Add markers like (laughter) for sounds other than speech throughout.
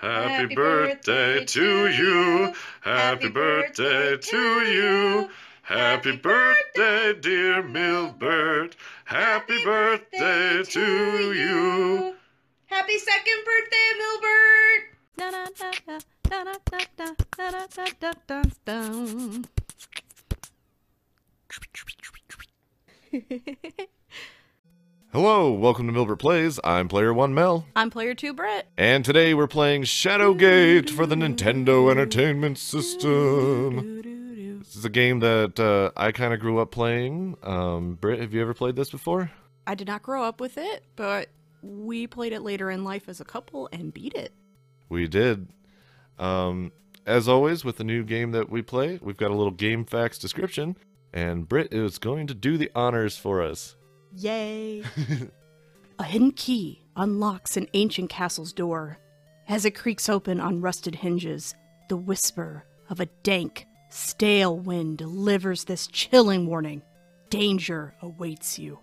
Happy birthday to you. Happy birthday to you. Happy birthday, dear Milbert. Happy birthday to you. Happy second birthday, Milbert. Hello, welcome to Milbert Plays. I'm Player One Mel, I'm player two, Brett. and today we're playing Shadowgate for the Nintendo Entertainment System. This is a game that uh, I kind of grew up playing. Um, Britt, have you ever played this before? I did not grow up with it, but we played it later in life as a couple and beat it. We did. Um, as always, with the new game that we play, we've got a little game facts description, and Britt is going to do the honors for us. Yay! a hidden key unlocks an ancient castle's door. As it creaks open on rusted hinges, the whisper of a dank, stale wind delivers this chilling warning danger awaits you.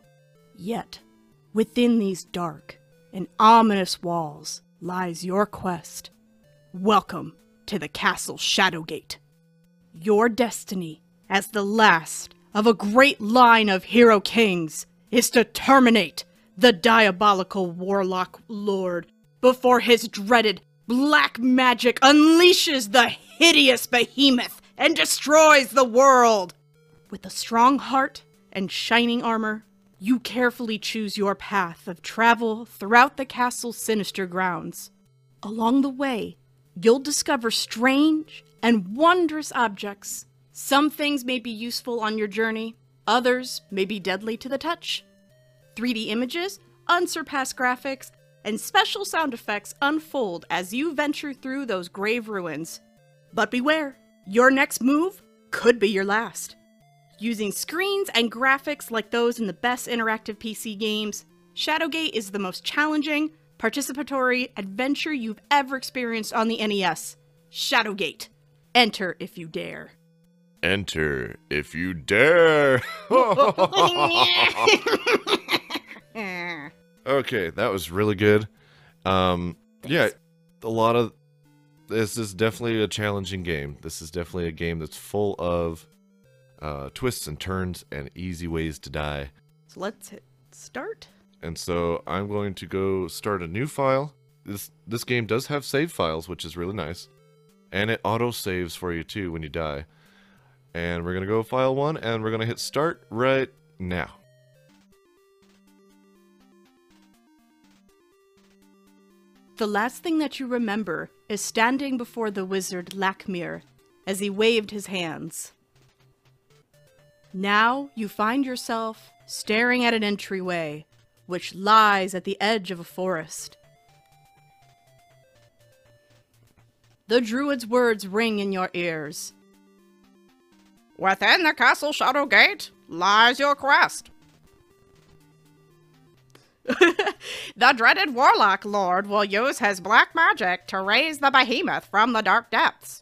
Yet, within these dark and ominous walls lies your quest. Welcome to the Castle Shadowgate your destiny as the last of a great line of hero kings is to terminate the diabolical warlock lord before his dreaded black magic unleashes the hideous behemoth and destroys the world. With a strong heart and shining armor, you carefully choose your path of travel throughout the castle's sinister grounds. Along the way, you'll discover strange and wondrous objects. Some things may be useful on your journey, others may be deadly to the touch. 3D images, unsurpassed graphics, and special sound effects unfold as you venture through those grave ruins. But beware, your next move could be your last. Using screens and graphics like those in the best interactive PC games, Shadowgate is the most challenging, participatory adventure you've ever experienced on the NES. Shadowgate. Enter if you dare. Enter if you dare. (laughs) Eh. okay, that was really good. Um, yeah, a lot of this is definitely a challenging game. This is definitely a game that's full of uh, twists and turns and easy ways to die. So let's hit start. And so I'm going to go start a new file. This this game does have save files, which is really nice, and it auto saves for you too when you die. And we're gonna go file one, and we're gonna hit start right now. The last thing that you remember is standing before the wizard Lakmir as he waved his hands. Now you find yourself staring at an entryway which lies at the edge of a forest. The druid's words ring in your ears. Within the castle shadow gate lies your quest. The dreaded warlock lord will use his black magic to raise the behemoth from the dark depths.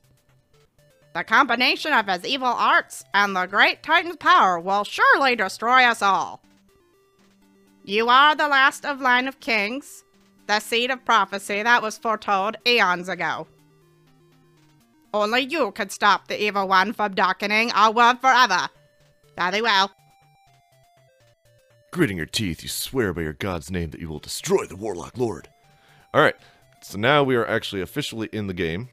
The combination of his evil arts and the great titan's power will surely destroy us all. You are the last of line of kings, the seed of prophecy that was foretold eons ago. Only you could stop the evil one from darkening our world forever. Very well. Gritting your teeth, you swear by your god's name that you will destroy the warlock lord. All right, so now we are actually officially in the game.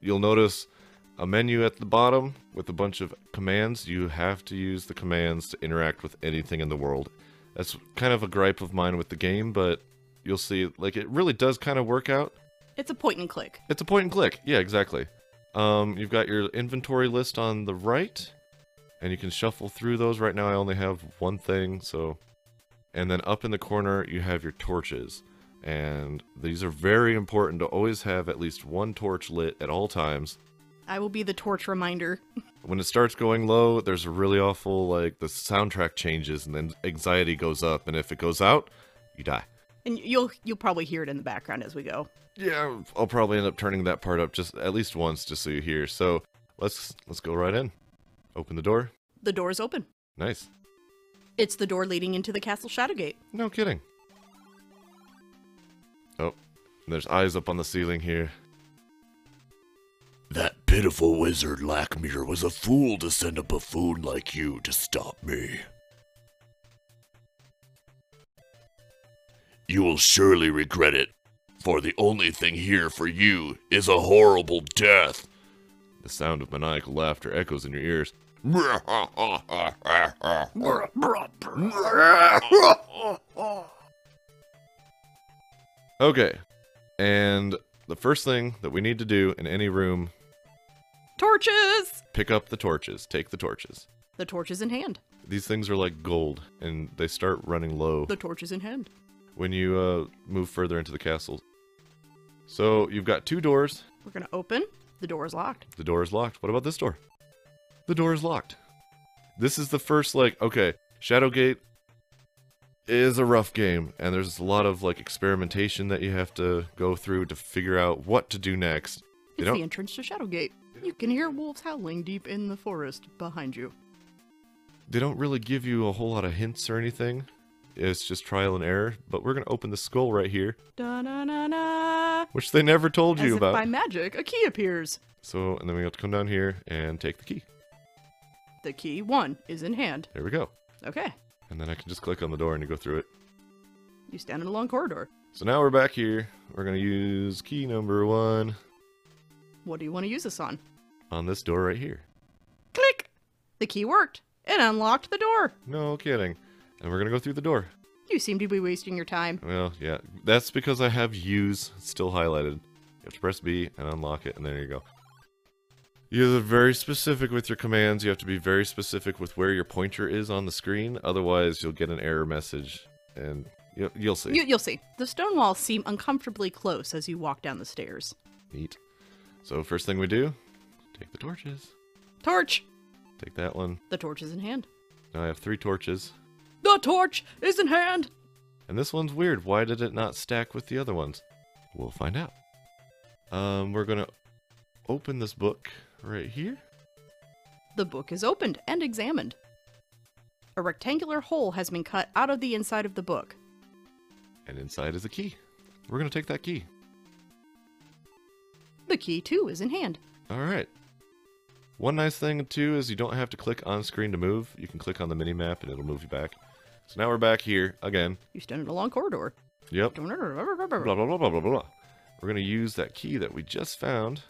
You'll notice a menu at the bottom with a bunch of commands. You have to use the commands to interact with anything in the world. That's kind of a gripe of mine with the game, but you'll see, like, it really does kind of work out. It's a point and click. It's a point and click. Yeah, exactly. Um, you've got your inventory list on the right, and you can shuffle through those. Right now, I only have one thing, so. And then up in the corner, you have your torches. And these are very important to always have at least one torch lit at all times. I will be the torch reminder. When it starts going low, there's a really awful, like, the soundtrack changes, and then anxiety goes up, and if it goes out, you die. And you'll you'll probably hear it in the background as we go. Yeah, I'll probably end up turning that part up just at least once, just so you hear. So let's let's go right in. Open the door. The door is open. Nice. It's the door leading into the castle Shadowgate. No kidding. Oh, And there's eyes up on the ceiling here. That pitiful wizard Lackmere was a fool to send a buffoon like you to stop me. You will surely regret it, for the only thing here for you is a horrible death. The sound of maniacal laughter echoes in your ears. Okay. And the first thing that we need to do in any room Torches! pick up the torches, take the torches. The torch is in hand. These things are like gold and they start running low The torch is in hand. when you uh, move further into the castle. So you've got two doors. We're gonna open. The door is locked. The door is locked. What about this door? The door is locked. This is the first, like, okay, Shadowgate is a rough game, and there's a lot of, like, experimentation that you have to go through to figure out what to do next. They It's the don't, entrance to Shadowgate. You can hear wolves howling deep in the forest behind you. they don't really give you a whole lot of hints or anything. It's just trial and error, but we're going to open the skull right here, Da na na na. which they never told As you if about. by magic, a key appears. So, and then we have to come down here and take the key. The key one is in hand. There we go. Okay. And then I can just click on the door and you go through it. You stand in a long corridor. So now we're back here. We're going to use key number one What do you want to use this on? on this door right here. Click! The key worked. It unlocked the door. No kidding. And we're going to go through the door. You seem to be wasting your time. Well, yeah. That's because I have use still highlighted. You have to press B and unlock it, and there you go. You're very specific with your commands. You have to be very specific with where your pointer is on the screen. Otherwise, you'll get an error message, and you'll, you'll see. You, you'll see. The stone walls seem uncomfortably close as you walk down the stairs. Neat. So first thing we do, take the torches. Torch! Take that one. The torch is in hand. Now I have three torches. The torch is in hand! And this one's weird. Why did it not stack with the other ones? We'll find out. Um, we're gonna open this book right here. The book is opened and examined. A rectangular hole has been cut out of the inside of the book. And inside is a key. We're gonna take that key. The key, too, is in hand. Alright. One nice thing too is you don't have to click on screen to move. You can click on the mini map and it'll move you back. So now we're back here again. You stand in a long corridor. Yep. Blah The blah blah blah blah blah. We're gonna use that key that we just found.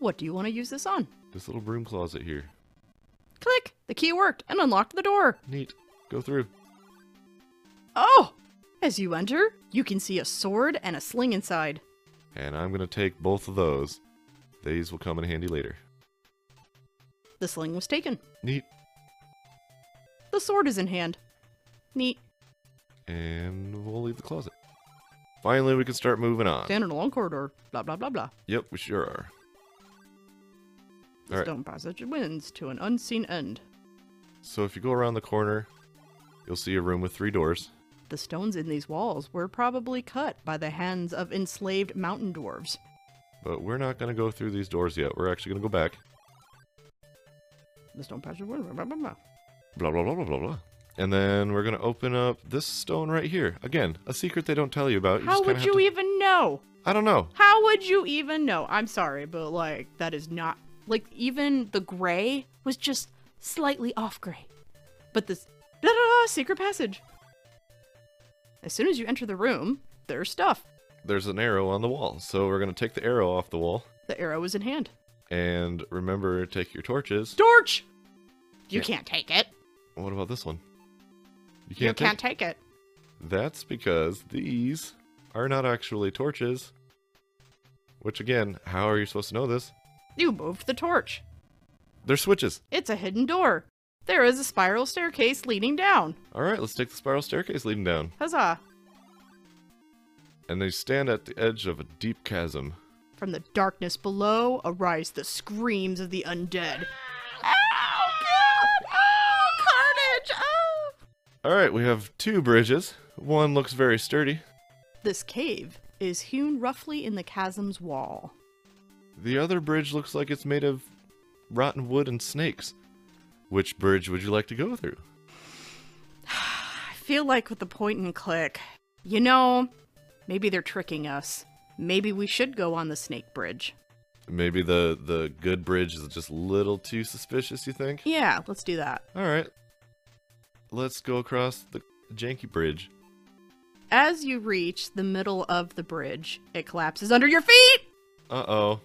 What do you want to use this on? This little broom closet here. Click! The key worked and unlocked the door. Neat. Go through. Oh! As you enter, you can see a sword and a sling inside. And I'm gonna take both of those. These will come in handy later. The sling was taken. Neat. The sword is in hand. Neat. And we'll leave the closet. Finally, we can start moving on. Stand in a long corridor. Blah blah blah blah. Yep, we sure are. The All right. stone passage winds to an unseen end. So if you go around the corner, you'll see a room with three doors. The stones in these walls were probably cut by the hands of enslaved mountain dwarves. But we're not gonna go through these doors yet. We're actually gonna go back. The stone passage winds. Blah, blah, blah, blah. Blah blah blah blah blah blah. And then we're gonna open up this stone right here. Again, a secret they don't tell you about. You How just kinda would have you to- even know? I don't know. How would you even know? I'm sorry, but like that is not like even the gray was just slightly off gray. But this da da secret passage. As soon as you enter the room, there's stuff. There's an arrow on the wall, so we're gonna take the arrow off the wall. The arrow is in hand. And remember, take your torches. Torch. You can't take it. What about this one? You You can't, can't take. take it. That's because these are not actually torches. Which again, how are you supposed to know this? You moved the torch. They're switches. It's a hidden door. There is a spiral staircase leading down. All right, let's take the spiral staircase leading down. Huzzah! And they stand at the edge of a deep chasm. From the darkness below arise the screams of the undead. All right, we have two bridges. One looks very sturdy. This cave is hewn roughly in the chasm's wall. The other bridge looks like it's made of rotten wood and snakes. Which bridge would you like to go through? I feel like with the point and click, you know, Maybe they're tricking us. Maybe we should go on the snake bridge. Maybe the the good bridge is just a little too suspicious. You think? Yeah, let's do that. All right. Let's go across the janky bridge. As you reach the middle of the bridge, it collapses under your feet. Uh oh.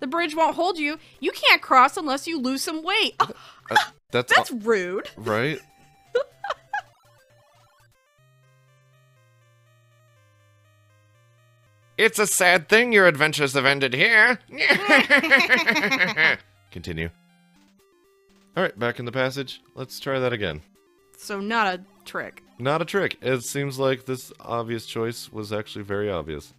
The bridge won't hold you. You can't cross unless you lose some weight. Oh, Uh, That's, that's rude. aw- right. it's a sad thing your adventures have ended here. Continue. All right, back in the passage. Let's try that again. So not a trick. Not a trick. It seems like this obvious choice was actually very obvious.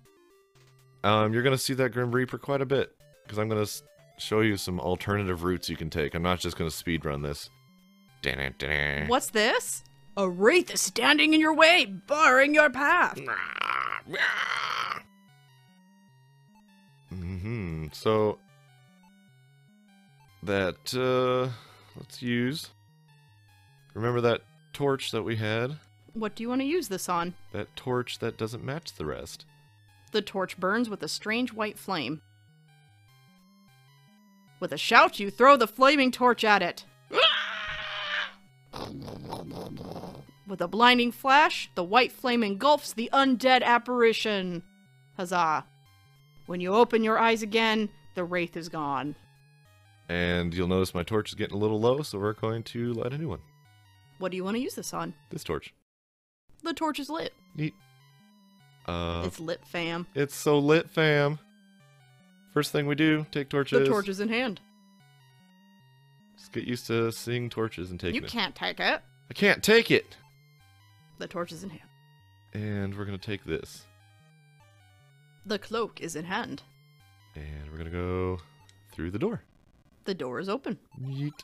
Um, you're gonna see that Grim Reaper quite a bit because I'm gonna s- show you some alternative routes you can take. I'm not just gonna speed run this. Dun-dun-dun. What's this? A wraith is standing in your way, barring your path. hmm So that uh, let's use. Remember that torch that we had? What do you want to use this on? That torch that doesn't match the rest. The torch burns with a strange white flame. With a shout, you throw the flaming torch at it. With a blinding flash, the white flame engulfs the undead apparition. Huzzah. When you open your eyes again, the wraith is gone. And you'll notice my torch is getting a little low, so we're going to light a new one. What do you want to use this on? This torch. The torch is lit. Neat. Uh, it's lit, fam. it's so lit, fam. First thing we do, take torches. The torch is in hand. Just get used to seeing torches and taking you it. can't take it. I can't take it. The torch is in hand. And we're gonna take this. The cloak is in hand. And we're gonna go through the door. The door is open. Yeet.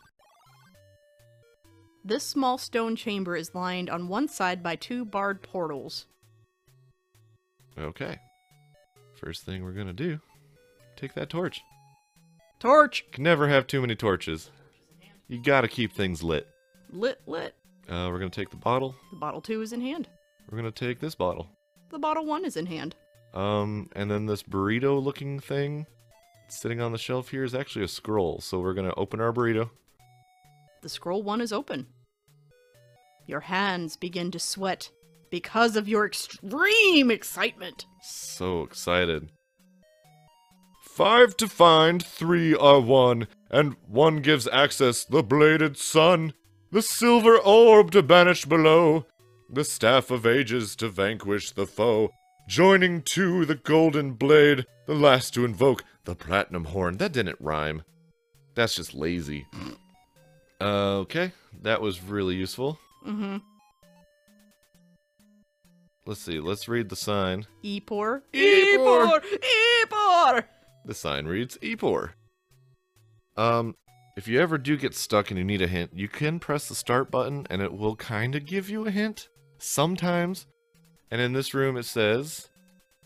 This small stone chamber is lined on one side by two barred portals. Okay. First thing we're gonna do, take that torch. Torch! Can never have too many torches. You gotta keep things lit. Lit, lit. Uh, we're gonna take the bottle. The bottle two is in hand. We're gonna take this bottle. The bottle one is in hand. Um, and then this burrito-looking thing sitting on the shelf here is actually a scroll. So we're gonna open our burrito. The scroll one is open. Your hands begin to sweat because of your extreme excitement. So excited. Five to find, three are one, and one gives access the bladed sun, the silver orb to banish below, the staff of ages to vanquish the foe, joining two the golden blade, the last to invoke the platinum horn. That didn't rhyme. That's just lazy. Uh, okay, that was really useful. Mm-hmm. Let's see, let's read the sign. Epor. Epor. Epor! The sign reads Epor. Um, if you ever do get stuck and you need a hint, you can press the start button and it will kind of give you a hint sometimes. And in this room, it says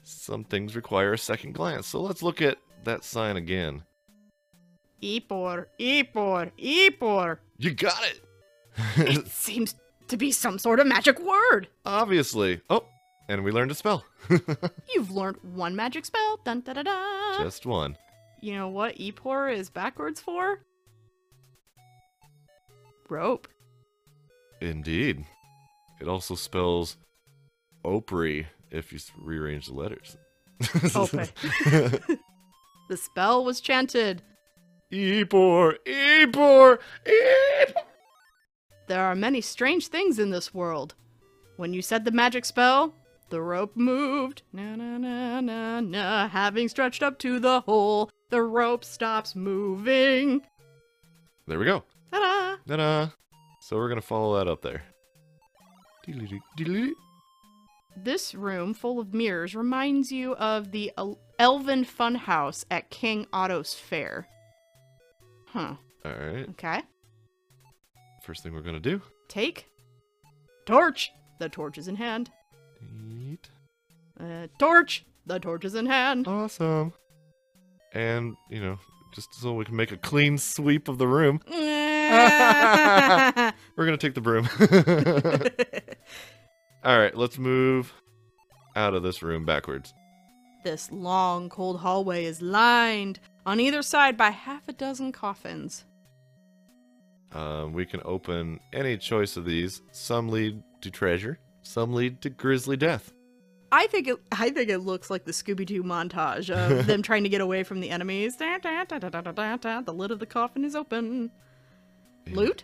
some things require a second glance. So let's look at that sign again. Epor. Epor. Epor. You got it! (laughs) It seems to be some sort of magic word. Obviously. Oh, and we learned a spell. (laughs) You've learned one magic spell. Dun da da da. Just one. You know what Epor is backwards for? Rope. Indeed. It also spells Opry if you s- rearrange the letters. (laughs) Opry. The spell was chanted. Ebor, Ebor, Ebor. There are many strange things in this world. When you said the magic spell, the rope moved. Na na na na na. Having stretched up to the hole, the rope stops moving. There we go. Ta da! Da da. So we're gonna follow that up there. Dee-dee-dee, dee-dee-dee. This room full of mirrors reminds you of the El- Elven Funhouse at King Otto's Fair. Huh. All right. Okay. First thing we're gonna do. Take. Torch! The torch is in hand. Neat. Uh, torch! The torch is in hand. Awesome. And you know, just so we can make a clean sweep of the room, the (laughs) we're gonna take the broom. All right. Let's move out of this room backwards. (laughs) This long, cold hallway is lined on either side by half a dozen coffins. Um, we can open any choice of these. Some lead to treasure, some lead to grisly death. I think it. I think it looks like the Scooby Doo montage (laughs) of them trying to get away from the enemies. Da, da, da, da, da, da, da, the lid of the coffin is open. And- Loot.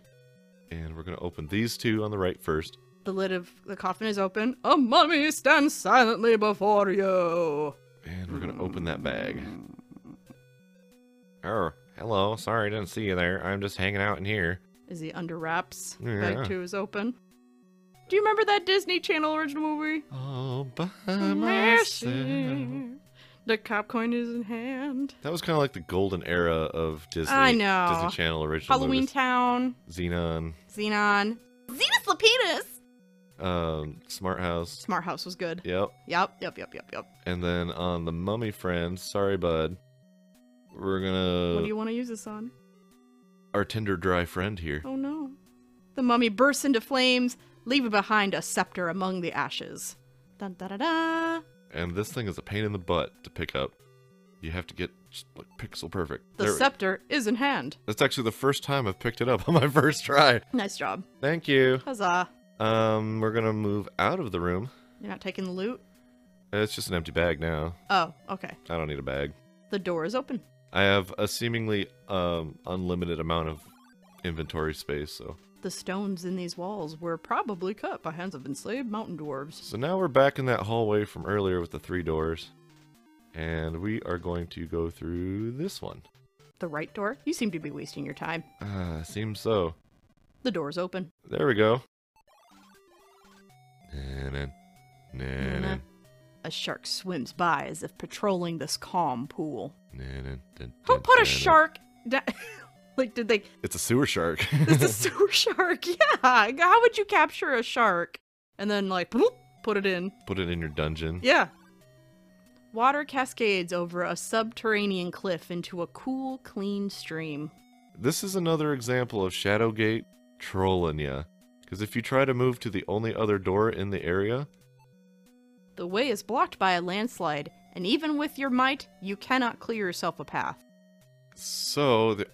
And we're going to open these two on the right first. The lid of the coffin is open. A mummy stands silently before you. And we're going to open that bag. Oh, hello. Sorry, didn't see you there. I'm just hanging out in here. Is he under wraps? Yeah. Bag two is open. Do you remember that Disney Channel original movie? All by myself. Mercy. The cop coin is in hand. That was kind of like the golden era of Disney. I know. Disney Channel original. Halloween movies. Town. Xenon, Xenon. Xenos Lapidus. um, Smart House. Smart House was good. Yep. Yep, yep, yep, yep, yep. And then on the Mummy Friends, sorry, bud. We're gonna what do you want to use this on? our tender dry friend here. Oh no. The mummy bursts into flames, leaving behind a scepter among the ashes. Dun da da da. And this thing is a pain in the butt to pick up. You have to get just like pixel perfect. The There we- scepter is in hand. That's actually the first time I've picked it up (laughs) on my first try. Nice job. Thank you. Huzzah. Um, we're gonna move out of the room. You're not taking the loot? It's just an empty bag now. Oh, okay. I don't need a bag. The door is open. I have a seemingly um, unlimited amount of inventory space, so The stones in these walls were probably cut by hands of enslaved mountain dwarves. so now we're back in that hallway from earlier with the three doors, and we are going to go through this one. The right door? You seem to be wasting your time. Ah, seems so. The door's open. There we go. Na-na, na-na, A shark swims by as if patrolling this calm pool. na-na, dun, Who dun, put dun. a shark da- (laughs) like, did they. It's a sewer (laughs) shark. It's a sewer shark. Yeah. How would you capture a shark and then, like, bloop, put it in? put it in your dungeon. Yeah. Water cascades over a subterranean cliff into a cool, clean stream. This is another example of Shadowgate trolling ya. Because if you try to move to the only other door in the area, The way is blocked by a landslide, and even with your might, you cannot clear yourself a path. So the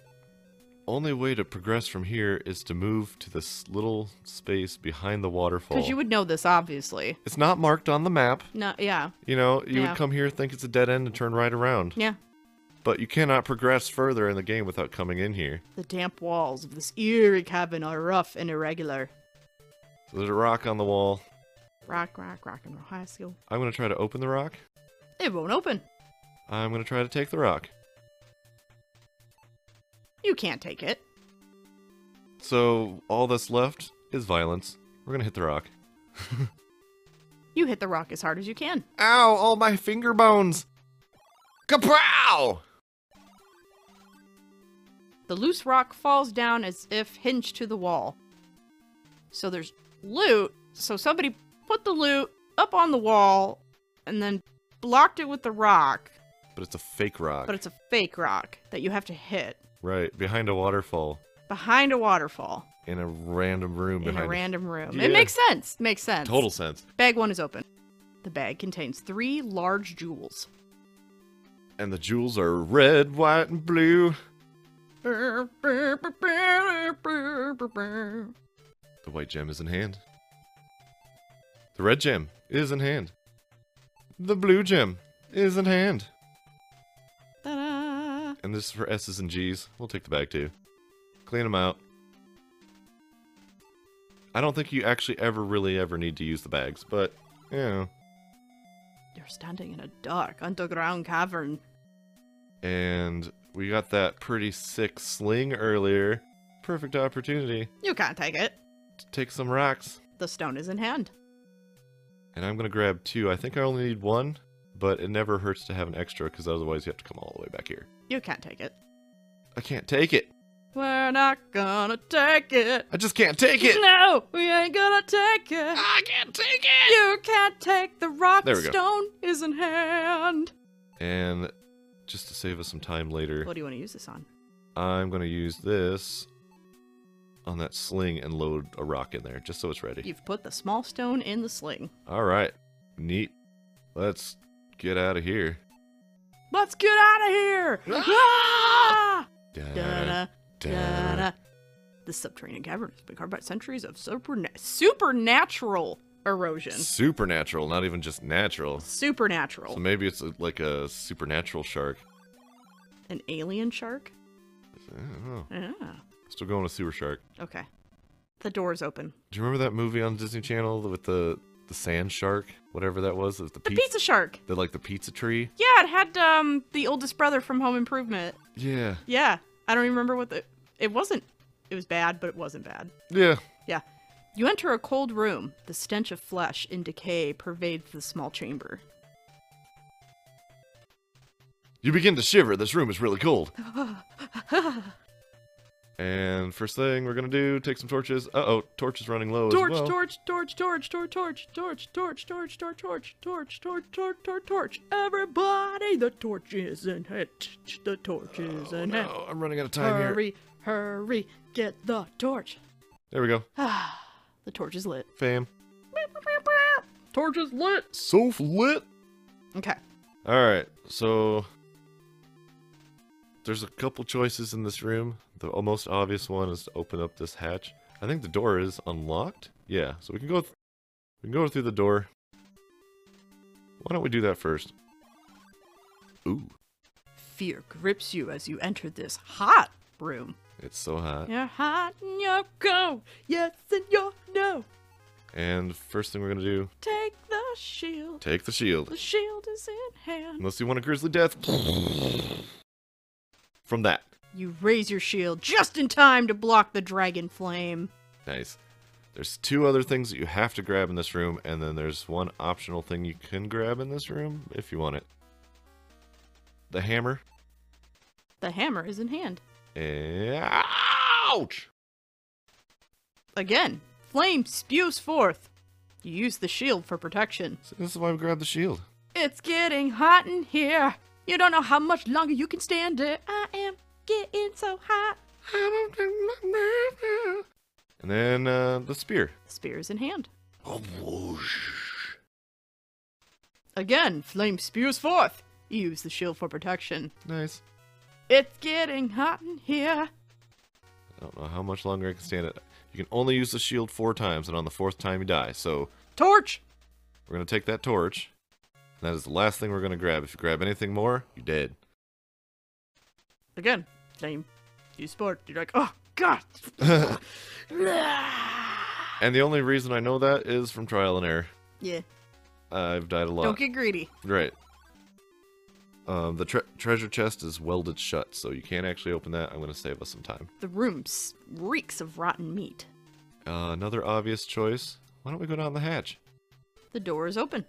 only way to progress from here is to move to this little space behind the waterfall. Because you would know this, obviously. it's not marked on the map. No, yeah, You know, you Yeah. would come here, think it's a dead end, and turn right around. yeah. But you cannot progress further in the game without coming in here. The damp walls of this eerie cabin are rough and irregular. So there's a rock on the wall. Rock, rock, rock, and roll high school. I'm gonna try to open the rock. It won't open. I'm gonna try to take the rock. You can't take it. So all that's left is violence. We're gonna hit the rock. You hit the rock as hard as you can. Ow! All my finger bones. Kapow! The loose rock falls down as if hinged to the wall. So there's loot. So somebody put the loot up on the wall and then blocked it with the rock, But it's a fake rock. but it's a fake rock that you have to hit right behind a waterfall. behind a waterfall in a random room in behind a random room. Yeah. It makes sense. Makes sense. total sense. Bag one is open. The bag contains three large jewels. And the jewels are red, white, and blue. The The white gem is in hand. The red gem is in hand. The blue gem is in hand. And this is for S's and G's. We'll take the bag too. Clean them out. I don't think you actually ever really ever need to use the bags, but you know. You're standing in a dark underground cavern. And we got that pretty sick sling earlier. Perfect opportunity You can't take it. to take some rocks. The stone is in hand. And I'm gonna grab two. I think I only need one, but it never hurts to have an extra because otherwise you have to come all the way back here. You can't take it. I can't take it. We're not gonna take it. I just can't take it. (laughs) No, we ain't gonna take it. I can't take it! You can't take the rock. There we go. stone is in hand. And just to save us some time later, What do you want to use this on? I'm gonna use this on that sling and load a rock in there just so it's ready. You've put the small stone in the sling. All right, neat. Let's get out of here. Let's get out of here! Ah! Da-da, da-da. This subterranean cavern has been carved by centuries of superna- supernatural erosion. Supernatural, not even just natural. So Supernatural. maybe it's uh, like a supernatural shark. An alien shark? I don't know. Ah, Still going with sewer shark. okay. The door's open. Do you remember that movie on Disney Channel with the the sand shark, whatever that was, with the, The pizza, pizza shark. the like the pizza tree? Yeah, it had um the oldest brother from Home Improvement. Yeah, Yeah, I don't remember what the. It wasn't. It was bad, but it wasn't bad. yeah. Yeah. You enter a cold room. The stench of flesh and decay pervades the small chamber. You begin to shiver. This room is really cold. and first thing we're gonna do, take some torches. Uh oh, torch is running low Torch, as well. torch, torch, torch, torch, torch, torch, torch, torch, torch, torch, torch, torch, torch, torch, torch. Everybody, the torch is in hand. The torch is in hand. Oh, No, I'm running out of time here. Hurry, hurry, get the torch. Ah, There we go. The torch is lit. Fam. Torch is lit. So lit. Okay. All right, so there's a couple choices in this room. The most obvious one is to open up this hatch. I think the door is unlocked. Yeah, so we can go. Th- we can go through the door. Why don't we do that first? Ooh, Fear grips you as you enter this hot room. it's so hot. You're hot and you're cold. Yes and you're no. And first thing we're gonna do, Take the shield. take the shield. The shield is in hand. Unless you want a grisly death. From that. You raise your shield just in time to block the dragon flame. Nice. There's two other things that you have to grab in this room, and then there's one optional thing you can grab in this room if you want it. The hammer. The hammer is in hand. And... Ouch! Again, flame spews forth. You use the shield for protection. So this is why we grabbed the shield. It's getting hot in here. You don't know how much longer you can stand it. I am getting so hot. And then uh, the spear. The spear is in hand. Again, flame spews forth. You use the shield for protection. Nice. It's getting hot in here. I don't know how much longer I can stand it. You can only use the shield four times, and on the fourth time you die. So Torch! we're gonna take that torch. And that is the last thing we're gonna grab. If you grab anything more, you're dead. Again, flame. You sport. You're like, oh, God. And the only reason I know that is from trial and error. yeah. I've died a lot. Don't get greedy. Right. Um, the tre- treasure chest is welded shut, so you can't actually open that. I'm going to save us some time. The room s- reeks of rotten meat. Uh, another obvious choice. Why don't we go down the hatch? The door is open.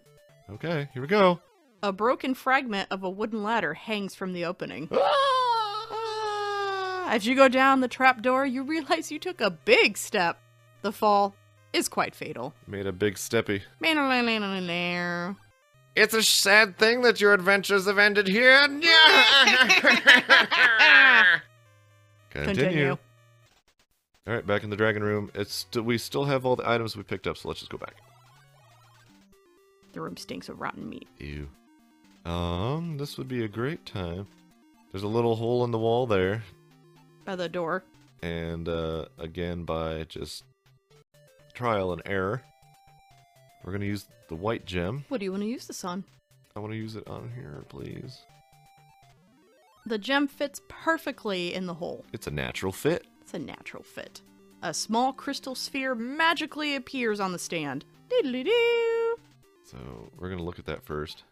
Okay, here we go. A broken fragment of a wooden ladder hangs from the opening. Ah! As you go down the trapdoor, you realize you took a big step. The fall is quite fatal. Made a big steppy. It's It's a sad thing that your adventures have ended here. (laughs) Continue. Continue. All right, back in the dragon room. It's st- we still have all the items we picked up, so let's just go back. The room stinks of rotten meat. Ew. Um, this would be a great time. There's a little hole in the wall there, By the door, and uh, again by just trial and error. We're gonna use the white gem. what do you want to use this on? I want to use it on here, please. The gem fits perfectly in the hole. It's a natural fit. It's a natural fit. A small crystal sphere magically appears on the stand. Diddly-doo. So we're gonna look at that first.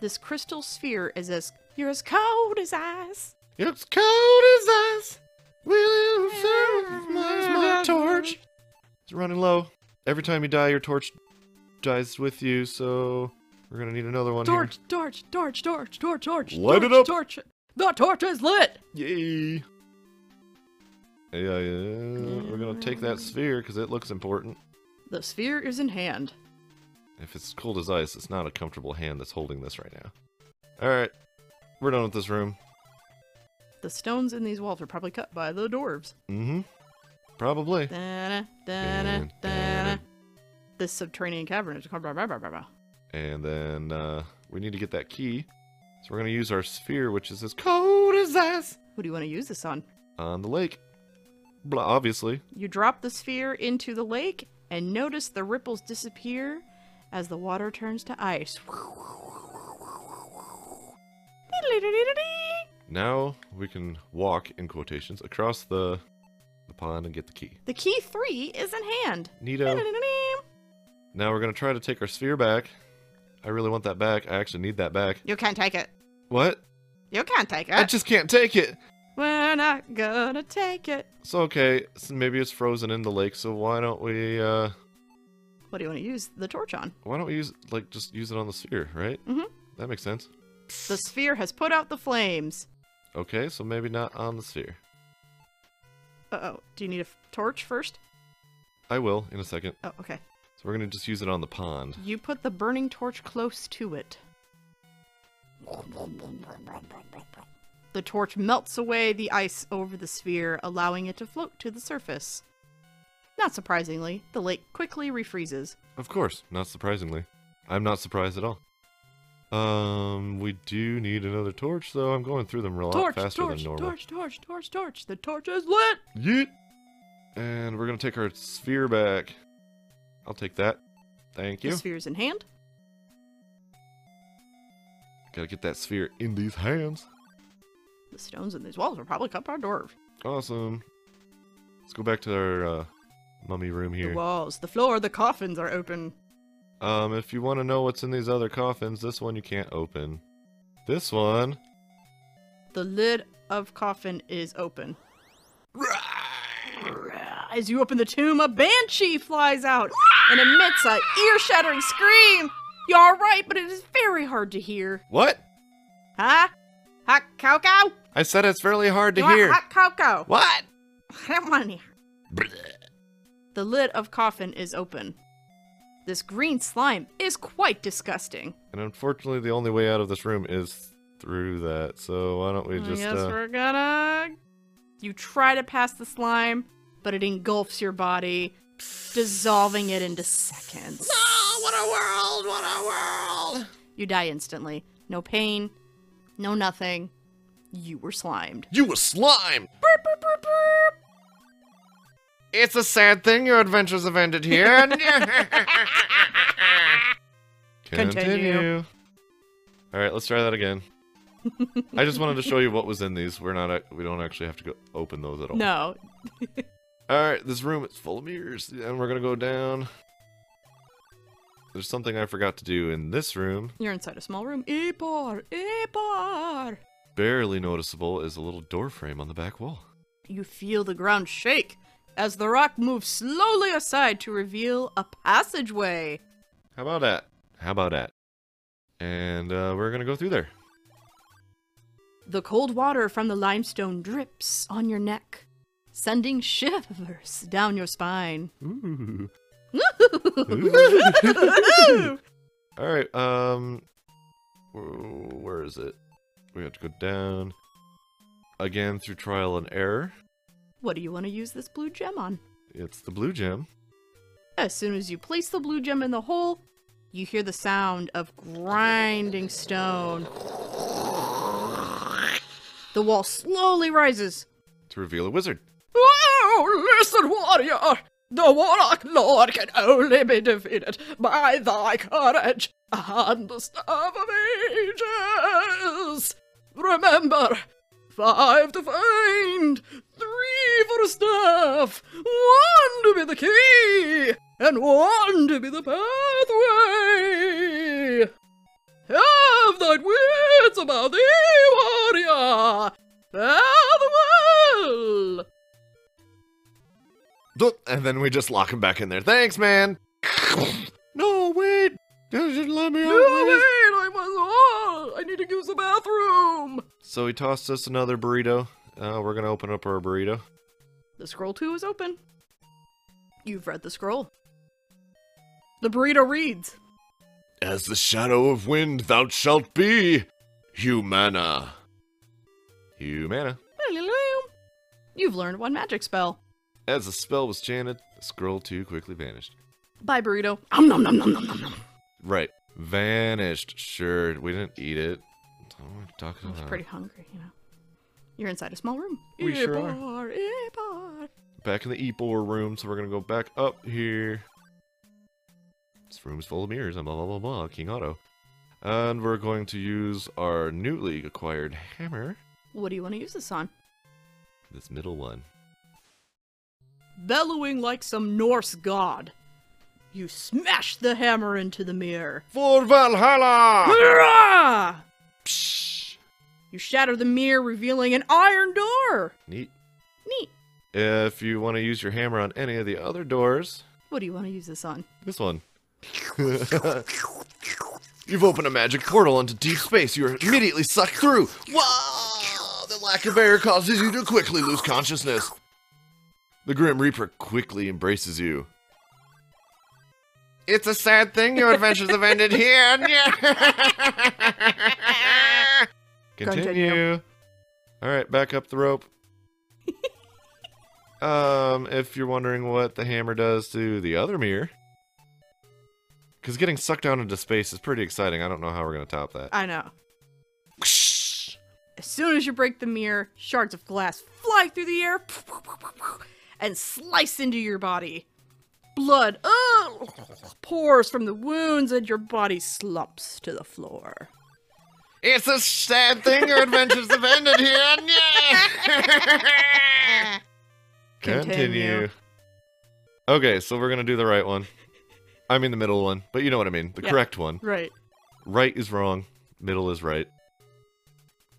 This crystal sphere is as you're as cold as ice. It's cold as ice. Will serve my torch. It's running low. Every time you die, your torch dies with you. So we're gonna need another one Torch, torch, torch, torch, torch, torch. Light it torch, up. Torch. The torch is lit. here. Yay! Yeah, yeah. We're gonna take that sphere because it looks important. The sphere is in hand. If it's cold as ice, it's not a comfortable hand that's holding this right now. All right, we're done with this room. The stones in these walls are probably cut by the dwarves. Mm-hmm. Probably. Da-da, da-da, da-da. This subterranean cavern is. And then uh, we need to get that key. So we're going to use our sphere, which is as cold as ice What do you want to use this on? on the lake. Blah, obviously. You drop the sphere into the lake and notice the ripples disappear as the water turns to ice. Now we can walk, in quotations, across the, the pond and get the key. The key three is in hand. Neato. Now we're going to try to take our sphere back. I really want that back. I actually need that back. You can't take it. What? You can't take I it. just can't take it. We're not gonna take it. So okay, so maybe it's frozen in the lake. So why don't we? uh What do you want to use the torch on? Why don't we use like just use it on the sphere, right? Mhm. That makes sense. The sphere has put out the flames. Okay, so maybe not on the sphere. Uh oh. Do you need a f- torch first? I will in a second. Oh, okay. So we're gonna just use it on the pond. You put the burning torch close to it. The torch melts away the ice over the sphere, allowing it to float to the surface. Not surprisingly, the lake quickly refreezes. Of course, not surprisingly. I'm not surprised at all. Um, we do need another torch, though. I'm going through them a lot torch, faster torch, than normal. torch, torch, torch, torch. The torch is lit. Yeet. And we're gonna take our sphere back. I'll take that. Thank you. The sphere's in hand. Gotta get that sphere in these hands. The stones in these walls are probably cut by dwarves. Awesome. Let's go back to our uh, mummy room The here. walls, the floor, the coffins are open. Um, if you want to know what's in these other coffins, this one you can't open. This one. The lid of coffin is open. As you open the tomb, a banshee flies out and emits a ear-shattering scream. You're all right, but it is very hard to hear. What? Huh? Hot cow cow? I said it's fairly hard You want Hot cow cow. (laughs) What? I don't want any. Bleh. The lid of coffin is open. This green slime is quite disgusting. And unfortunately, the only way out of this room is through that. So why don't we just? I guess uh, we're gonna. You try to pass the slime, but it engulfs your body, dissolving it into seconds. Oh, what a world! What a world! You die instantly. No pain, no nothing. You were slimed. You a slime! It's a sad thing your adventures have ended (laughs) here. Continue. All right, let's try that again. I just wanted to show you what was in these. We're not. ac- We don't actually have to go open those at all. No. All right, this room is full of mirrors, and we're gonna go down. There's something I forgot to do in this room. You're inside a small room. E Ipar, Ipar. Barely noticeable is a little door frame on the back wall. You feel the ground shake as the rock moves slowly aside to reveal a passageway. How about that? How about that? And uh, we're gonna go through there. The cold water from the limestone drips on your neck, sending (laughs) shivers down your spine. Ooh. You're All right. Um, wh- where is it? We have to go down again through trial and error. What do you want to use this blue gem on? It's the blue gem. As soon as you place the blue gem in the hole, you hear the sound of grinding stone. The wall slowly rises. to reveal a wizard. Wow, listen, warrior! The warlock lord can only be defeated by thy courage and the staff of ages! Remember, five to find, three for a staff, one to be the key, and one to be the pathway! Have thy wits about thee, warrior! Fare thee well! Dup, And then we just lock him back in there. Thanks, man. (coughs) no, wait. Just just let me out, Oh, please. wait, I was all. I need to use the bathroom. So he tossed us another burrito. Uh, we're gonna open up our burrito. The scroll too is open. You've read the scroll. The burrito reads. As the shadow of wind thou shalt be, Humana. Humana. You've learned one magic spell. As the spell was chanted, the scroll too quickly vanished. Bye, burrito. Um, nom, nom, nom, nom, nom, nom. Right. Vanished. Sure, we didn't eat it. What am I talking I was about? pretty hungry, you know. You're inside a small room. Uh-huh. We sure are. Ipar, Ipar. back in the Ebor room, so we're gonna go back up here. This room's full of mirrors and blah blah blah blah, King Otto. And we're going to use our newly acquired hammer, What do you want to use this on? this middle one. Bellowing like some Norse god. You smash the hammer into the mirror. For Valhalla! Hurrah! You shatter the mirror, revealing an iron door. Neat. Neat. If you want to use your hammer on any of the other doors, What do you want to use this on? this one. (laughs) You've opened a magic portal into deep space. You're immediately sucked through. Wow! The lack of air causes you to quickly lose consciousness. The Grim Reaper quickly embraces you. It's a sad thing your adventures have ended here. Continue. Continue. All right, back up the rope. um, if you're wondering what the hammer does to the other mirror, because getting sucked down into space is pretty exciting. I don't know how we're gonna top that. I know. As soon as you break the mirror, shards of glass fly through the air and slice into your body. Blood oh, pours from the wounds, and your body slumps to the floor. It's a sad thing your adventures have ended here. Continue. (laughs) Continue. Okay, so we're gonna do the right one. I mean the middle one, but you know what I mean. The Yeah. correct one. Right. Right is wrong, middle is right.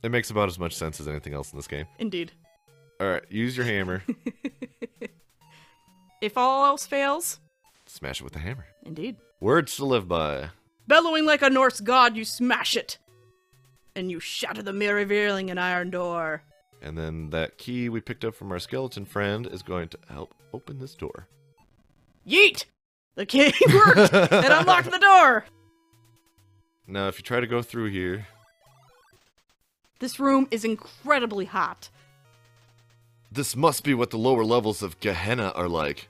It makes about as much sense as anything else in this game. Indeed. Alright, use your (laughs) hammer. If all else fails, Smash it with the hammer. indeed. Words to live by. Bellowing like a Norse god, you smash it. And you shatter the mirror, revealing an iron door. And then that key we picked up from our skeleton friend is going to help open this door. Yeet! The key (laughs) worked! it unlocked the door! Now, if you try to go through here, This room is incredibly hot. this must be what the lower levels of Gehenna are like,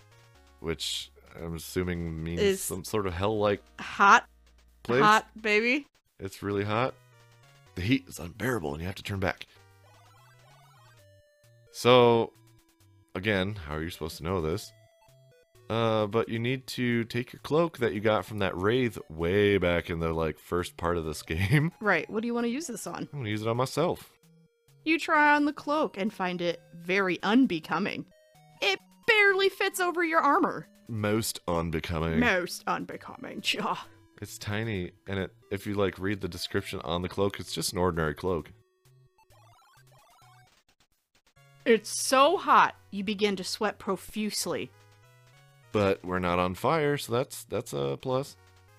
which I'm assuming means Is- some sort of hell-like Hot, place. hot, baby. It's really hot. The heat is unbearable and you have to turn back. So, again, how are you supposed to know this? Uh, but you need to take your cloak that you got from that wraith way back in the like first part of this (laughs) game. Right, what do you want to use this on? I'm gonna use it on myself. You try on the cloak and find it very unbecoming. It barely fits over your armor. Most unbecoming. Most unbecoming. (laughs) Pshaw. It's tiny, and it if you like read the description on the cloak, it's just an ordinary cloak. It's so hot, you begin to sweat profusely. But we're not on fire, so that's that's a plus.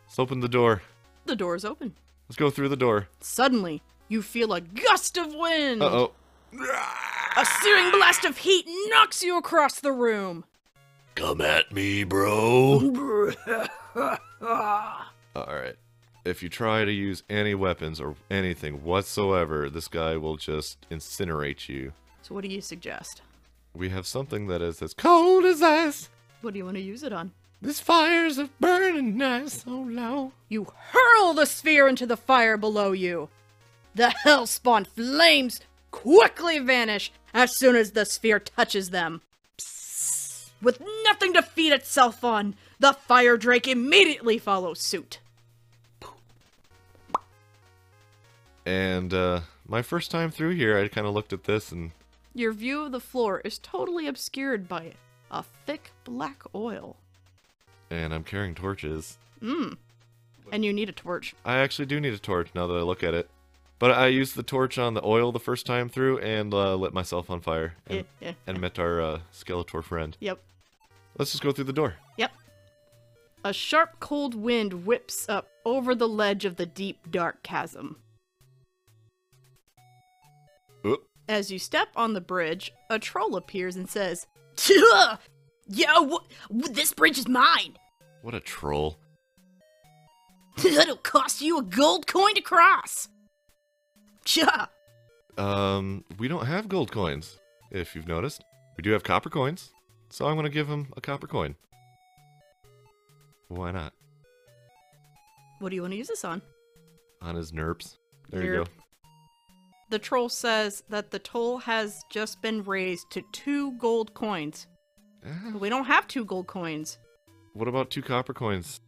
Let's open the door. The door is open. Let's go through the door. Suddenly, you feel a gust of wind. Uh oh. A searing blast of heat knocks you across the room. Come at me, (laughs) bro. All right. If you try to use any weapons or anything whatsoever, this guy will just incinerate you. So, what do you suggest? We have something that is as cold as ice. What do you want to use it on? This fire's a burning nice so low. You hurl the sphere into the fire below you. The hellspawn flames quickly vanish as soon as the sphere touches them. With nothing to feed itself on, the fire drake immediately follows suit. And uh, my first time through here, I kind of looked at this and Your view of the floor is totally obscured by it. A thick black oil. and I'm carrying torches. Mmm. And you need a torch. I actually do need a torch now that I look at it. But I used the torch on the oil the first time through and uh, lit myself on fire and, Yeah, yeah. and met our uh, Skeletor friend. Eh, Yep. Let's just go through the door. Yep. A sharp cold wind whips up over the ledge of the deep dark chasm. Oop. As you step on the bridge, a troll appears and says, "Tuh! Yo, wh- wh- this bridge is mine! (laughs) What a troll. It'll cost you a gold coin to cross! Tja! Um, we don't have gold coins, if you've noticed. We do have copper coins, so I'm gonna give him a copper coin. Why not? What do you want to use this on? on his nerps. There you Nerp. go. The troll says that the toll has just been raised to two gold coins. Ah, But we don't have two gold coins. What about two copper coins?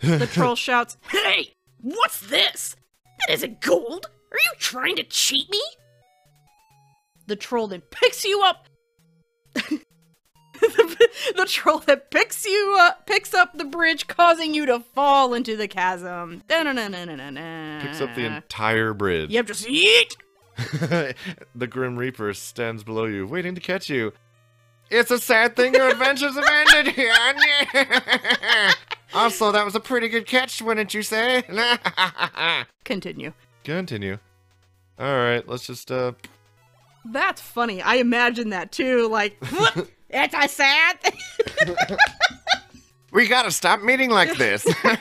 The troll shouts, Hey! What's this? That isn't gold! Are you trying to cheat me? the troll then picks you up. (laughs) the, the troll that picks you up picks up the bridge, causing you to fall into the chasm. Da-na-na-na-na-na. Picks up the entire bridge. Yep, just yeet. (laughs) the Grim Reaper stands below you, waiting to catch you. It's a sad thing your adventures have ended here. (laughs) also, that was a pretty good catch, wouldn't you say? (laughs) Continue. Continue. All right, let's just uh That's funny. I imagine that too. Like, (laughs) what? that's (laughs) a sad. thing. We got to stop meeting like (laughs) this. All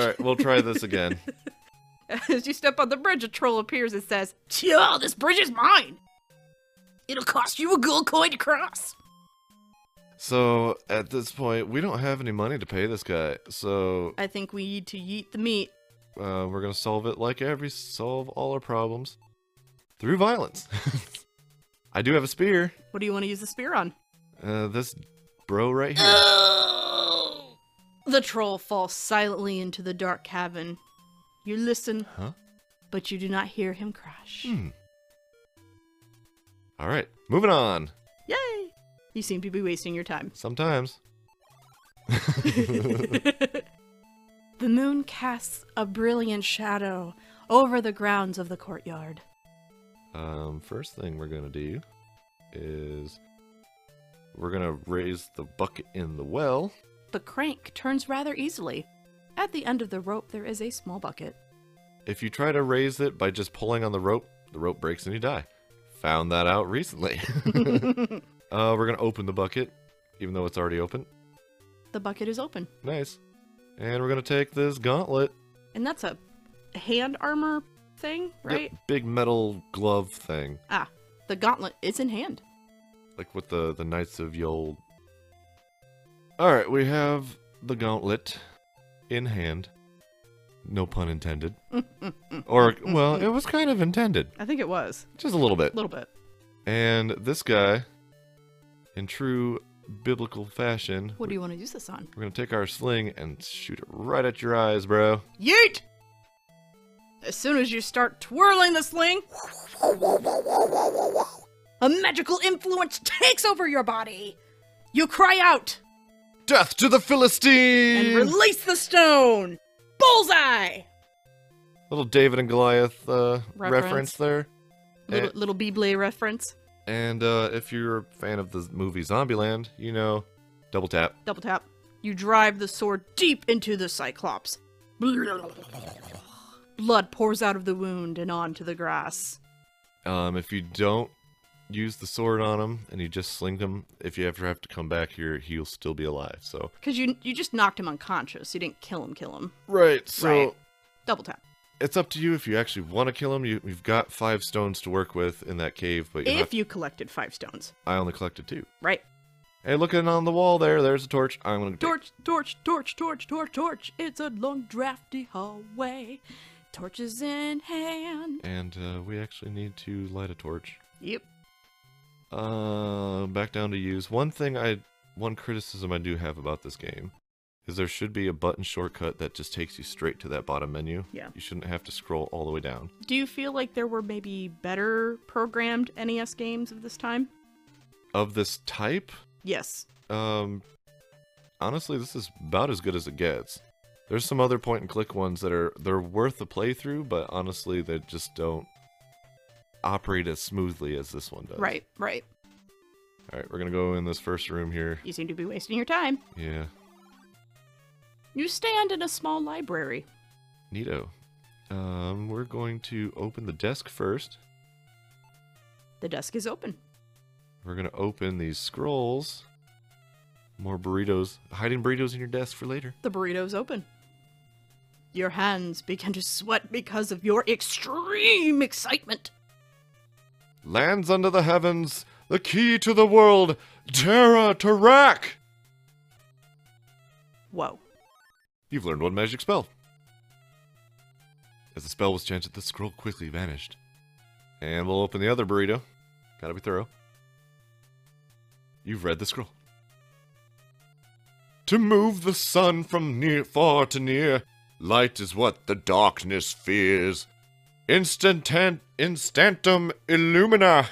right, we'll try this again. (laughs) As you step on the bridge, a troll appears and says, Yo, this bridge is mine! It'll cost you a gold coin to cross! So, at this point, we don't have any money to pay this guy. So, "I think we need to yeet the meat." uh, we're gonna solve it like every solve all our problems through violence. (laughs) I do have a spear. What do you want to use the spear on? Uh, this bro right here. Oh! The troll falls silently into the dark cavern. You listen, Huh? but you do not hear him crash. Hmm. All right, moving on. Yay! You seem to be wasting your time. Sometimes. the moon casts a brilliant shadow over the grounds of the courtyard. Um, first thing we're gonna do is we're gonna raise the bucket in the well. The crank turns rather easily. At the end of the rope, there is a small bucket. If you try to raise it by just pulling on the rope, the rope breaks and you die. Found that out recently. (laughs) the uh, we're gonna open the bucket, even though it's already open. bucket is open. Nice. And we're gonna take this gauntlet, And that's a hand armor thing, Yep, right? big metal glove thing, Ah, the gauntlet is in hand. like with the the knights of Yol. All right, we have the gauntlet in hand. No pun (laughs) intended. or well, it was kind of intended, I think it was. just a little bit. A little bit. And this guy, in true biblical fashion, What do you want to use this on? we're gonna take our sling and shoot it right at your eyes, bro. Yeet! As soon as you start twirling the sling, a magical influence takes over your body. You cry out Death to the Philistines! and release the stone. Bullseye! little David and Goliath uh, reference. Reference. there. Little, Eh. little Bible reference. And uh, if you're a fan of the movie Zombieland, you know, double tap. Double tap. You drive the sword deep into the cyclops. Blood pours out of the wound and onto the grass. Um, if you don't use the sword on him and you just sling him, if you ever have to come back here, he'll still be alive. So Because you, you just knocked him unconscious. You didn't kill him, kill him. right, so Right. Double tap. it's up to you if you actually want to kill him. You, you've got five stones to work with in that cave, but you're If not, you collected five stones. I only collected two. Right. Hey, looking on the wall there, there's a torch. I'm gonna take- Torch, torch, torch, torch, torch, torch. It's a long, drafty hallway. Torches in hand. And uh, we actually need to light a torch. Yep. Uh, back down to use. One thing I, one criticism I do have about this game is there should be a button shortcut that just takes you straight to that bottom menu. Yeah. You shouldn't have to scroll all the way down. Do you feel like there were maybe better programmed NES games of this time? Of this type, Yes. um, honestly, this is about as good as it gets. There's some other point and click ones that are they're worth a playthrough, but honestly, they just don't operate as smoothly as this one does. Right, right. All right, we're gonna go in this first room here. You seem to be wasting your time. Yeah. You stand in a small library. Neato. Um, we're going to open the desk first. The desk is open. We're going to open these scrolls. More burritos. Hiding burritos in your desk for later. The burrito's open. Your hands begin to sweat because of your extreme excitement. Lands under the heavens. The key to the world. Terra Tarak. Whoa. You've learned one magic spell. As the spell was chanted, the scroll quickly vanished. And we'll open the other burrito. Gotta be thorough. You've read the scroll. To move the sun from near far to near, light is what the darkness fears. Instantan instantum illumina.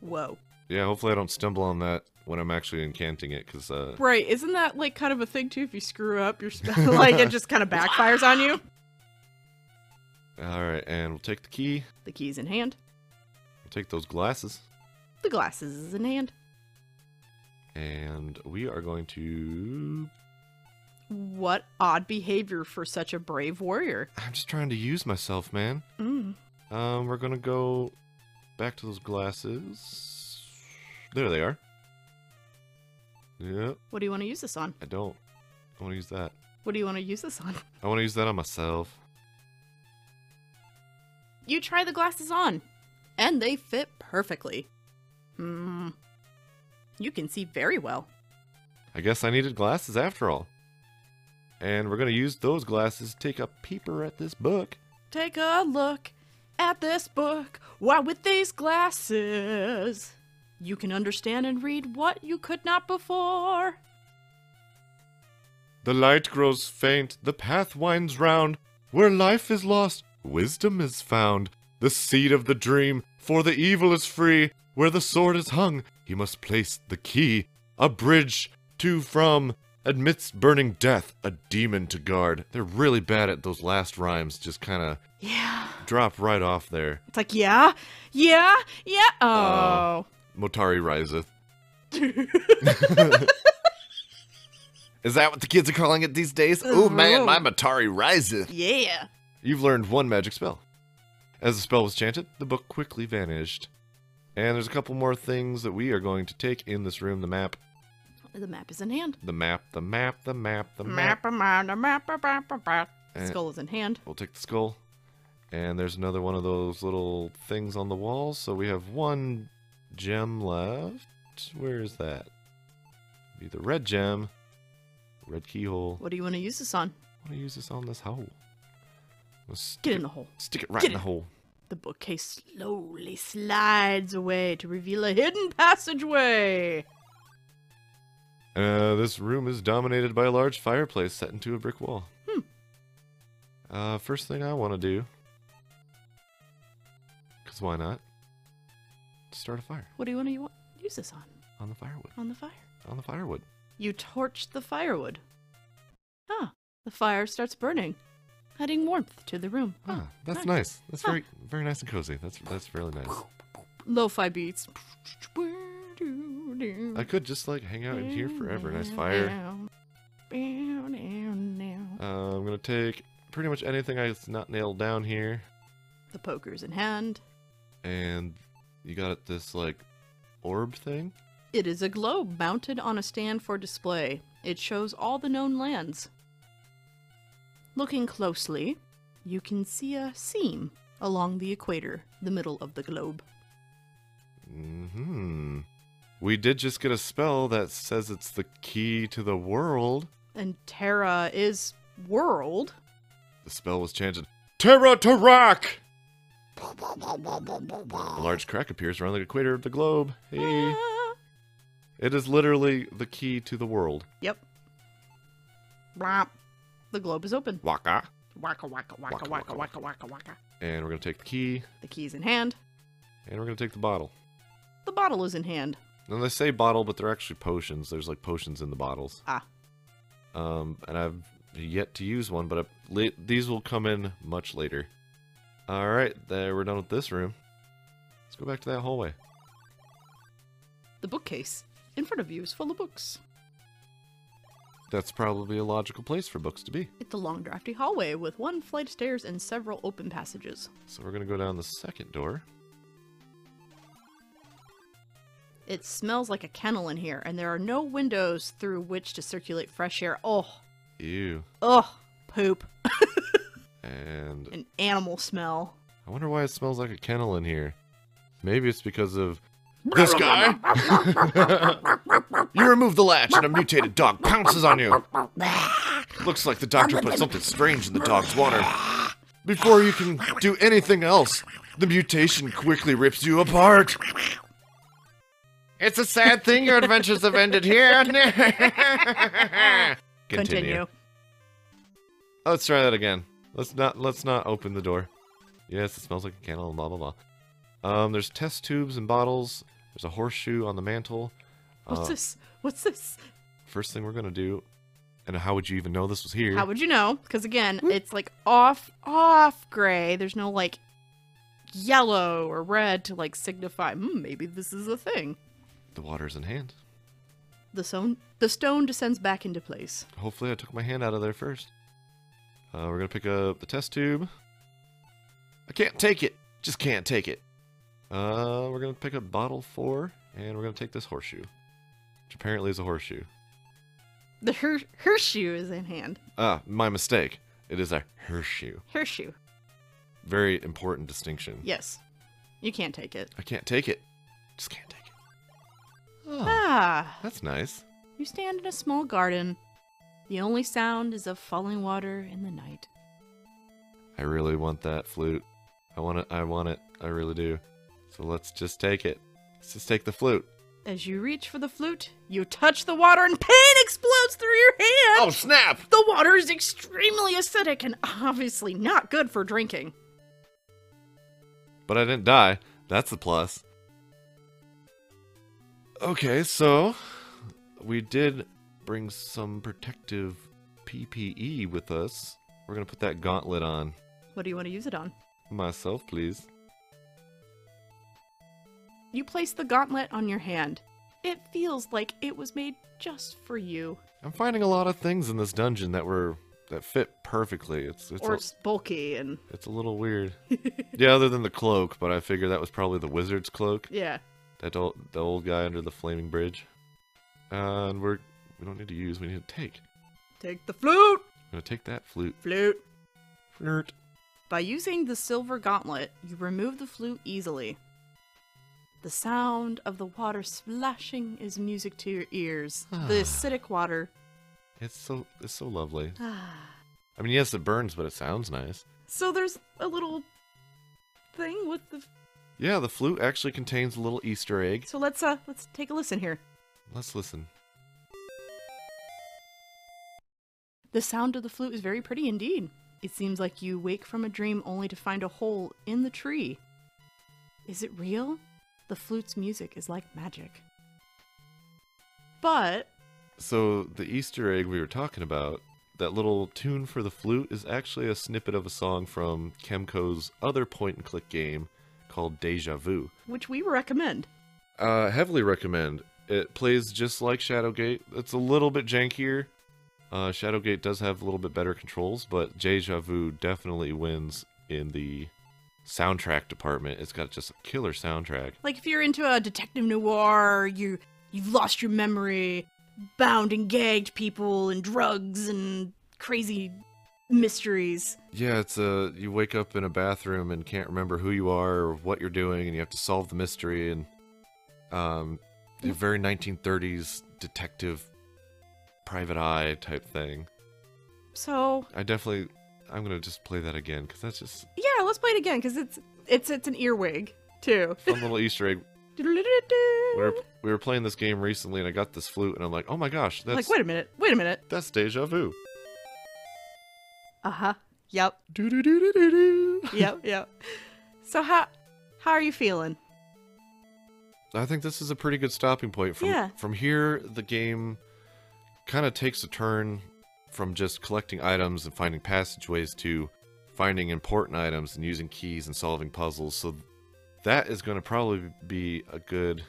Whoa. Yeah, hopefully I don't stumble on that when I'm actually incanting it, because uh, Right, isn't that like kind of a thing too? If you screw up your spell, (laughs) like it just kind of backfires on you. All right, and we'll take the key. The key's in hand. We'll take those glasses, The glasses is in hand. and we are going to. What odd behavior for such a brave warrior. I'm just trying to use myself, man. Mm. Um, we're gonna go back to those glasses. There they are. Yep. What do you want to use this on? I don't. I want to use that. What do you want to use this on? I want to use that on myself. You try the glasses on, and they fit perfectly. Hmm. You can see very well. I guess I needed glasses after all. And we're gonna use those glasses to take a peeper at this book. Take a look at this book. Why, with these glasses, you can understand and read what you could not before. The light grows faint, the path winds round. Where life is lost, wisdom is found. The seed of the dream, for the evil is free. Where the sword is hung, he must place the key. A bridge to from, amidst burning death, a demon to guard. They're really bad at those last rhymes, just kind of Yeah. drop right off there. It's like, yeah, yeah, yeah. Oh. (laughs) Oh. Motari riseth. Is that what the kids are calling it these days? Ooh, man, my Matari riseth. yeah. You've learned one magic spell. As the spell was chanted, the book quickly vanished. And there's a couple more things that we are going to take in this room the map, The map is in hand. the map, the map, the map, the map. Map, map, map, map, map. Eh. Skull is in hand. We'll take the skull. And there's another one of those little things on the walls. So we have one gem left. Where is that? Be the red gem, red keyhole. What do you want to use this on? I want to use this on this hole. Let's Get in the hole. stick it right Get in the in. hole. The bookcase slowly slides away to reveal a hidden passageway. Uh, this room is dominated by a large fireplace set into a brick wall. Hmm. Uh, first thing I want to do, because why not? Start a fire What do you want to u- use this on? on the firewood. On the fire. On the firewood. You torch the firewood. Huh. Ah, The fire starts burning, adding warmth to the room. Oh, Huh, Ah, that's nice. That's Huh. very, very nice and cozy. That's that's really nice. Lo-fi beats. I could just like hang out in here forever. Nice fire. Uh, I'm gonna take pretty much anything I- that's not nailed down here, The poker's in hand. and you got this like orb thing. It is a globe mounted on a stand for display. It shows all the known lands. Looking closely, you can see a seam along the equator, the middle of the globe. Hmm. We did just get a spell that says it's the key to the world. And Terra is world. The spell was chanted. Terra to rock. A large crack appears around the equator of the globe. Hey. Ah. It is literally the key to the world. Yep. Blop. The globe is open. Waka. Waka waka waka waka waka waka waka. And we're gonna take the key, The key's in hand. and we're gonna take the bottle. The bottle is in hand. Now they say bottle, but they're actually potions. There's like potions in the bottles. Ah. Um, and I've yet to use one, but i la- these will come in much later. All right, there we're done with this room. Let's go back to that hallway. The bookcase in front of you is full of books. That's probably a logical place for books to be. It's a long, drafty hallway with one flight of stairs and several open passages. So we're gonna go down the second door. It smells like a kennel in here, and there are no windows through which to circulate fresh air. Oh, Ew. ugh, poop, (laughs) And an animal smell. I wonder why it smells like a kennel in here. Maybe it's because of this guy. (laughs) You remove the latch, and a mutated dog pounces on you. Looks like the doctor put something strange in the dog's water. Before you can do anything else, the mutation quickly rips you apart. It's a sad thing your adventures have ended here. (laughs) Continue. Let's try that again. Let's not let's not open the door. Yes, it smells like a candle and blah blah blah. Um, there's test tubes and bottles. There's a horseshoe on the mantle. What's this? What's this? First thing we're gonna do, and how would you even know this was here? How would you know? Because again, it's like off, off gray. There's no like yellow or red to like signify mm, maybe this is a thing. the water's in hand. The stone, the stone descends back into place. Hopefully, I took my hand out of there first. Uh, we're gonna pick up the test tube. I can't take it. Just can't take it. Uh, we're gonna pick up bottle four, and we're gonna take this horseshoe, which apparently is a horseshoe. The her, her shoe is in hand. Ah, my mistake. It is a horseshoe. Her shoe. Very important distinction. Yes, you can't take it. I can't take it. Just can't take it. Oh, Ah, that's nice. you stand in a small garden. The only sound is of falling water in the night. I really want that flute. I want it. I want it. I really do. So let's just take it. Let's just take the flute. As you reach for the flute, you touch the water and pain explodes through your hand. Oh snap! The water is extremely acidic and obviously not good for drinking. But I didn't die. That's the plus. Okay, so we did bring some protective PPE with us. We're gonna put that gauntlet on. What do you want to use it on? Myself, please. You place the gauntlet on your hand. It feels like it was made just for you. I'm finding a lot of things in this dungeon that were that fit perfectly. It's it's or a, it's bulky and it's a little weird. yeah, other than the cloak, but I figure that was probably the wizard's cloak. yeah. That old, the old guy under the flaming bridge. Uh, and we're we don't need to use. We need to take. Take the flute. I'm gonna take that flute. Flute. Flirt. By using the silver gauntlet, you remove the flute easily. The sound of the water splashing is music to your ears. the acidic water. It's so it's so lovely. I mean, yes, it burns, but it sounds nice. So there's a little thing with the Yeah, the flute actually contains a little Easter egg. So let's uh let's take a listen here. Let's listen. The sound of the flute is very pretty indeed. It seems like you wake from a dream only to find a hole in the tree. Is it real? The flute's music is like magic. But So the Easter egg we were talking about, that little tune for the flute, is actually a snippet of a song from Kemco's other point-and-click game called Deja Vu. which we recommend. Uh, heavily recommend. It plays just like Shadowgate. It's a little bit jankier. Uh, Shadowgate does have a little bit better controls, but Deja Vu definitely wins in the soundtrack department. It's got just a killer soundtrack. Like if you're into a detective noir, you you've lost your memory, bound and gagged people and drugs and crazy mysteries. Yeah, it's a you wake up in a bathroom and can't remember who you are or what you're doing, and you have to solve the mystery and um, the very 1930s detective, private eye type thing. So I definitely, I'm gonna just play that again because that's just yeah, let's play it again because it's it's it's an earwig too. fun little Easter egg. We were, we were playing this game recently, and I got this flute, and I'm like, oh my gosh, that's Like wait a minute, wait a minute. that's deja vu. Uh huh. (laughs) Yep. Do do do do do do. Yep. yep. So how how are you feeling? I think this is a pretty good stopping point. From Yeah. from here, the game kind of takes a turn from just collecting items and finding passageways to finding important items and using keys and solving puzzles. So that is going to probably be a good.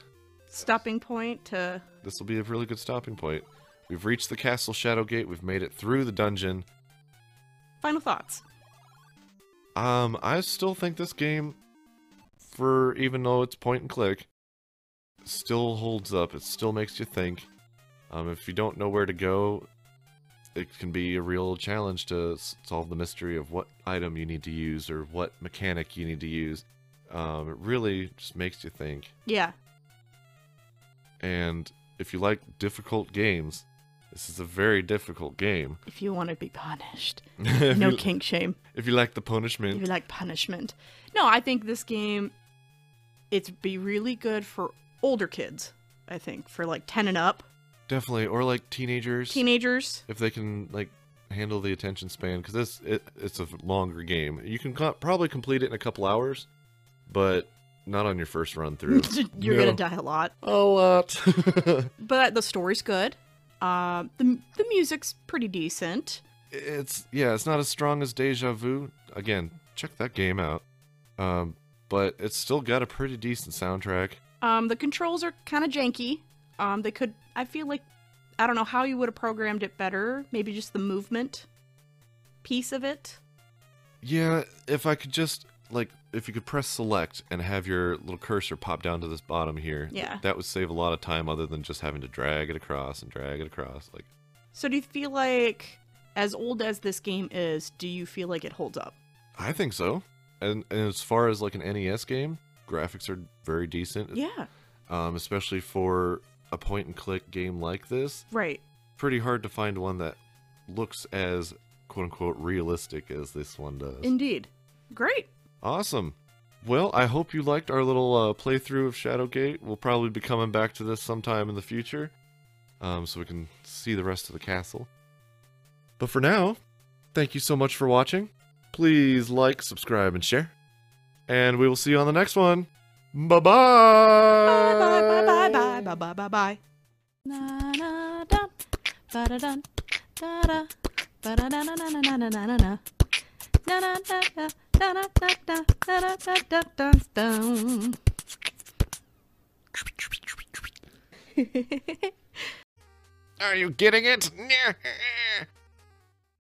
Stopping point to This will be a really good stopping point. We've reached the castle shadow gate. We've made it through the dungeon. final thoughts. Um, I still think this game, for even though it's point and click, still holds up. It still makes you think. Um, if you don't know where to go, it can be a real challenge to s- solve the mystery of what item you need to use or what mechanic you need to use. Um, it really just makes you think. Yeah. And if you like difficult games, this is a very difficult game. (laughs) If you want to be punished, if, no you, kink shame. if you like the If you punishment, like punishment, no. I think this game, it's be really good for older kids. I think for like ten and up definitely, or like teenagers, teenagers. (laughs) if they can like handle the attention span, because this it, it's a longer game. You can co- probably complete it in a couple hours, but not on your first run (laughs) through. You're No. gonna die a lot. A lot. (laughs) but the story's good. Uh, the the music's pretty decent. it's yeah, it's not as strong as Deja Vu. Again, check that game out. Um, but it's still got a pretty decent soundtrack. Um, the controls are kind of janky. Um, they could. I feel like I don't know how you would have programmed it better. Maybe just the movement piece of it. Yeah, if I could just like if you could press select and have your little cursor pop down to this bottom here, th- Yeah. that would save a lot of time other than just having to drag it across and drag it across. Like So do you feel like, as old as this game is, do you feel like it holds up? I think so. And, and as far as like an NES game, graphics are very decent. Yeah. Um, especially for a point and click game like this, Right. pretty hard to find one that looks as quote unquote realistic as this one does. Indeed. Great. Awesome. Well, I hope you liked our little uh, playthrough of Shadowgate. We'll probably be coming back to this sometime in the future um, so we can see the rest of the castle. But for now, thank you so much for watching. Please like, subscribe, and share. And we will see you on the next one. Bye-bye. Bye bye bye bye bye bye bye bye. Na na da ba da da da da ba da na na na na na na na na na na da da da da da da da da da da da da. (laughs) Are you getting it?